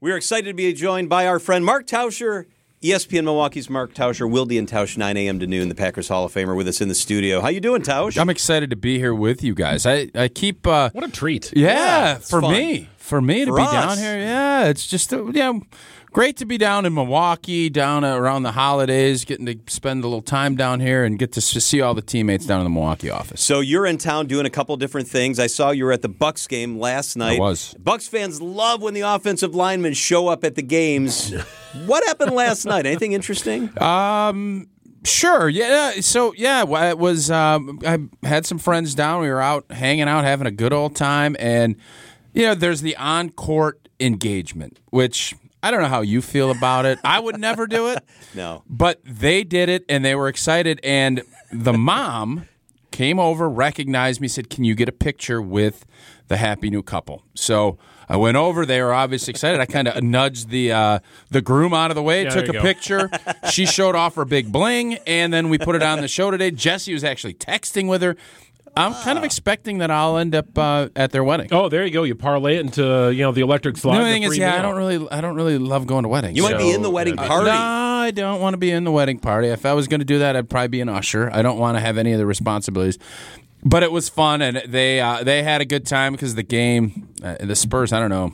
We are excited to be joined by our friend Mark Tauscher, E ESPN Milwaukee's Mark Tauscher, Wildy and Tausch, 9 a.m. to noon, the Packers Hall of Famer with us in the studio. How you doing, Tausch? I'm excited to be here with you guys. I, I keep uh, What a treat. yeah, Yeah, it's for fun. me for me to For be us. down here. Yeah, it's just uh, yeah, great to be down in Milwaukee, down uh, around the holidays, getting to spend a little time down here and get to s- see all the teammates down in the Milwaukee office. So you're in town doing a couple different things. I saw you were at the Bucks game last night. was. Bucks fans love when the offensive linemen show up at the games. what happened last night? Anything interesting? Uh, Sure. Yeah. So yeah, well, it was. Um, I had some friends down. We were out hanging out, having a good old time, and you know, there's the on court engagement, which I don't know how you feel about it. I would never do it. no. But they did it and they were excited. And the mom came over, recognized me, said, Can you get a picture with the happy new couple? So I went over. They were obviously excited. I kind of nudged the uh, the groom out of the way, Yeah, took a there you go. picture. She showed off her big bling, and then we put it on the show today. Jesse was actually texting with her. I'm Ah. kind of expecting that I'll end up uh, at their wedding. Oh, there you go. You parlay it into you know the electric the slide. only the thing is, free yeah, I meal. don't really, I don't really love going to weddings. You might be So- in the wedding Uh, party. No, I don't want to be in the wedding party. If I was going to do that, I'd probably be an usher. I don't want to have any of the responsibilities. But it was fun, and they uh, they had a good time because the game, uh, the Spurs. I don't know,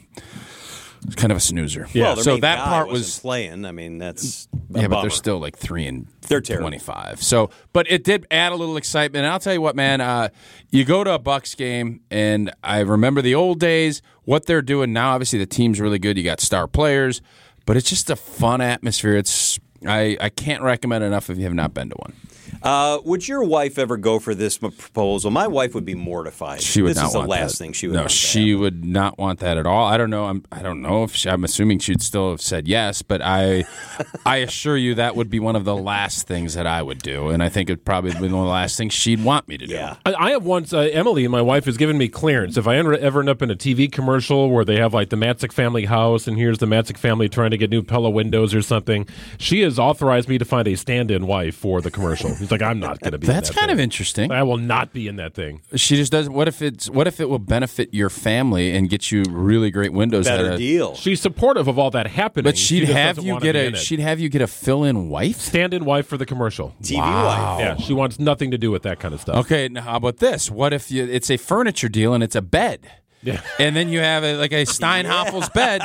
it's kind of a snoozer. Yeah. Well, their so main that guy part wasn't was playing. I mean, that's a yeah, but bummer. they're still like three and They're terrible. twenty five. So, but it did add a little excitement. And I'll tell you what, man, uh, you go to a Bucks game, and I remember the old days. What they're doing now, obviously the team's really good. You got star players, but it's just a fun atmosphere. It's I, I can't recommend enough if you have not been to one. Uh, would your wife ever go for this m- proposal? My wife would be mortified. She would this not is want the last that. thing she would. No, want to she have. would not want that at all. I don't know. I'm. I don't know if she, I'm assuming she'd still have said yes, but I, I assure you that would be one of the last things that I would do, and I think it'd probably be one of the last things she'd want me to do. Yeah. I I have once uh, Emily, my wife, has given me clearance. If I ever, ever end up in a TV commercial where they have like the Matzik family house, and here's the Matzik family trying to get new Pella windows or something, she has authorized me to find a stand-in wife for the commercial. He's like, I'm not going to be. That's in that kind of thing. interesting. I will not be in that thing. She just doesn't. What if it's? What if it will benefit your family and get you really great windows? Better at a- deal. She's supportive of all that happening, But she'd she just have doesn't you wanna get be a. in it. She'd have you get a fill-in wife. stand-in wife for the commercial. TV wife. Yeah, she wants nothing to do with that kind of stuff. Okay, now how about this? What if you? It's a furniture deal and it's a bed. Yeah. And then you have a, like a Steinhoffel's bed.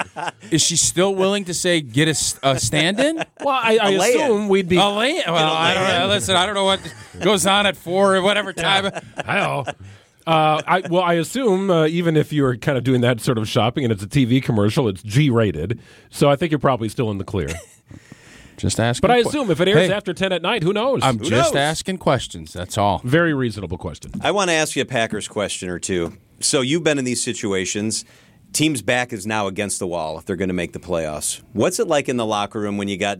Is she still willing to say get a s- a, stand-in? Well, I, I A lay-in. assume we'd be. A lay- well, I don't know. Listen, I don't know what goes on at four or whatever time. Hell. Uh, I, well, I assume uh, even if you're kind of doing that sort of shopping and it's a TV commercial, it's G rated. So I think you're probably still in the clear. Just ask. But I assume if it airs Hey. after 10 at night, who knows? I'm just knows? asking questions. That's all. Very reasonable question. I want to ask you a Packers question or two. So you've been in these situations. Team's back is now against the wall if they're going to make the playoffs. What's it like in the locker room when you got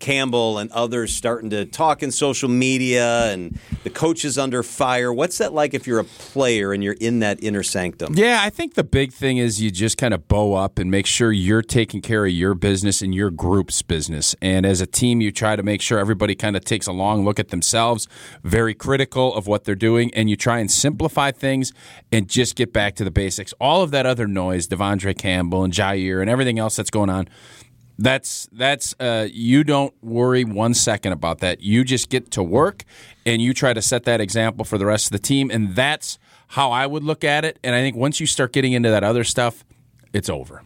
Campbell and others starting to talk in social media and the coach is under fire? What's that like if you're a player and you're in that inner sanctum? Yeah, I think the big thing is you just kind of bow up and make sure you're taking care of your business and your group's business. And as a team, you try to make sure everybody kind of takes a long look at themselves, very critical of what they're doing, and you try and simplify things and just get back to the basics. All of that other noise, Devondre Campbell and Jair and everything else that's going on, that's that's uh, you don't worry one second about that. You just get to work and you try to set that example for the rest of the team, and that's how I would look at it. And I think once you start getting into that other stuff, it's over.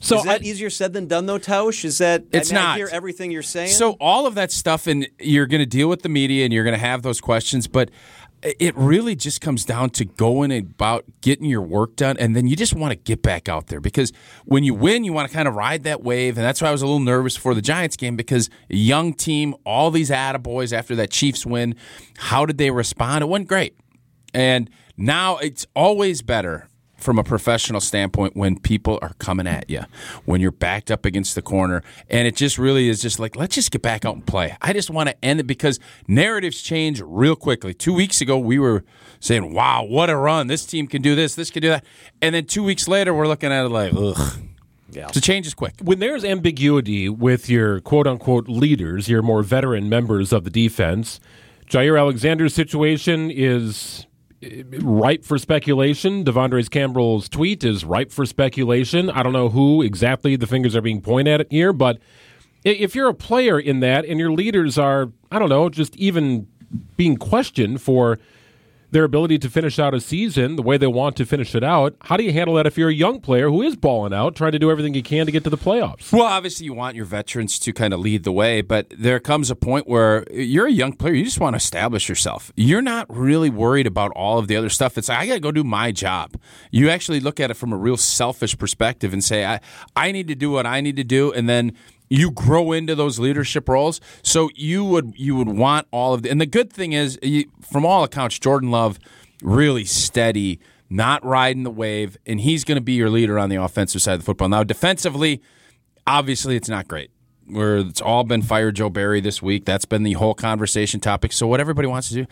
So is that I- easier said than done, though, Tausch? Is that I It's mean, I not. hear everything you're saying. So all of that stuff, and you're going to deal with the media, and you're going to have those questions, but it really just comes down to going about getting your work done, and then you just want to get back out there because when you win, you want to kind of ride that wave, and that's why I was a little nervous for the Giants game because young team, all these attaboys after that Chiefs win, how did they respond? It wasn't great, and now it's always better from a professional standpoint when people are coming at you, when you're backed up against the corner. And it just really is just like, let's just get back out and play. I just want to end it because narratives change real quickly. Two weeks ago, we were saying, wow, what a run. This team can do this, this can do that. And then two weeks later, we're looking at it like, ugh. Yeah. So change is quick. when there's ambiguity with your quote unquote leaders, your more veteran members of the defense, Jair Alexander's situation is ripe for speculation. Devondre's Campbell's tweet is ripe for speculation. I don't know who exactly the fingers are being pointed at here, but i- if you're a player in that and your leaders are, I don't know, just even being questioned for their ability to finish out a season the way they want to finish it out, how do you handle that if you're a young player who is balling out, trying to do everything you can to get to the playoffs? Well, obviously, you want your veterans to kind of lead the way, but there comes a point where you're a young player. You just want to establish yourself. You're not really worried about all of the other stuff. It's I got to go do my job. You actually look at it from a real selfish perspective and say, I, I need to do what I need to do. And then you grow into those leadership roles. So you would you would want all of the. And the good thing is, you, from all accounts, Jordan Love really steady. Not riding the wave, and he's going to be your leader on the offensive side of the football. Now, defensively, obviously it's not great. Where it's all been fire Joe Barry this week. That's been the whole conversation topic. So what everybody wants to do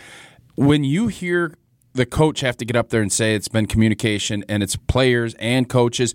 when you hear the coach have to get up there and say it's been communication and it's players and coaches,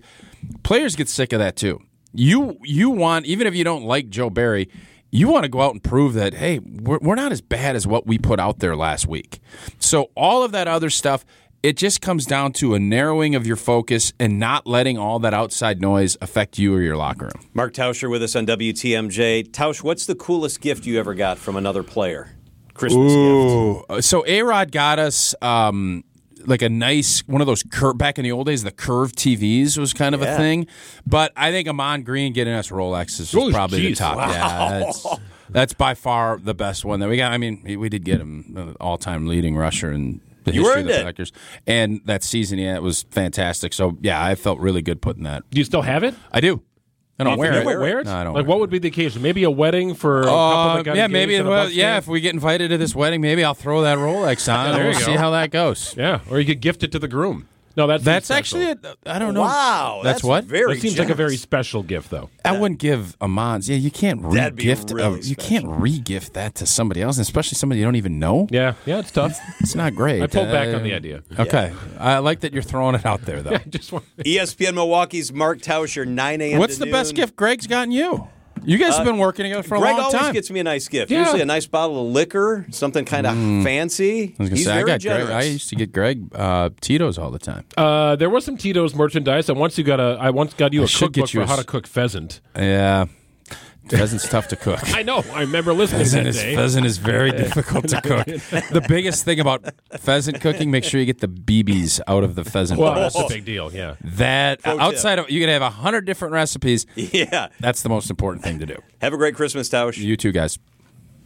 players get sick of that too. You you want even if you don't like Joe Barry, you want to go out and prove that hey, we're, we're not as bad as what we put out there last week. So all of that other stuff it just comes down to a narrowing of your focus and not letting all that outside noise affect you or your locker room. Mark Tauscher with us on WTMJ. Tausch, what's the coolest gift you ever got from another player? Christmas gift. Ooh. So A Rod got us um, like a nice one of those curve back in the old days. The curved TVs was kind of Yeah. a thing, but I think Amon Green getting us Rolexes was Oh, probably the geez, top. Yeah, that's, that's by far the best one that we got. I mean, we- we did get him all time leading rusher and. The You history earned of the it. Packers. And that season, yeah, it was fantastic. So, yeah, I felt really good putting that. Do you still have it? I do. I don't wear you it. don't wear it? No, I don't like, wear what it. would be the occasion? Maybe a wedding for a couple Uh, that got yeah, engaged maybe. at a Well, bus yeah, stand? if we get invited to this wedding, maybe I'll throw that Rolex on and There we'll you see go. how that goes. Yeah, or you could gift it to the groom. No, that's That's actually it. I don't know. Wow, that's, what. Very That seems like a very generous. special gift, though. I wouldn't give Amon's. Yeah, you can't That'd be re-gift. a- really you can't re-gift that to somebody else, especially somebody you don't even know. Yeah, yeah, it's tough. It's not great. Uh, I pulled back on the idea. Okay, I like that you're throwing it out there though. Just want, ESPN Milwaukee's Mark Tauscher, 9 a.m. What's to the best noon. gift Greg's gotten you? You guys have been working together for a Uh, Greg long always time. gets me a nice gift. Yeah. Usually a nice bottle of liquor, something kind of fancy. Mm. I was gonna He's say I very got generous. Greg. I used to get Greg uh, Tito's all the time. uh, there was some Tito's merchandise. I once you got a. I once got you a should cookbook get you for a how s- to cook pheasant. yeah, pheasant's tough to cook. I know. I remember listening Pheasant that is, day. pheasant is very difficult to cook. The biggest thing about pheasant cooking, make sure you get the BBs out of the pheasant Well, breast. that's a big deal. Oh. Yeah. That tip. outside of you can have a hundred different recipes. yeah. That's the most important thing to do. Have a great Christmas, Tausch. You two guys.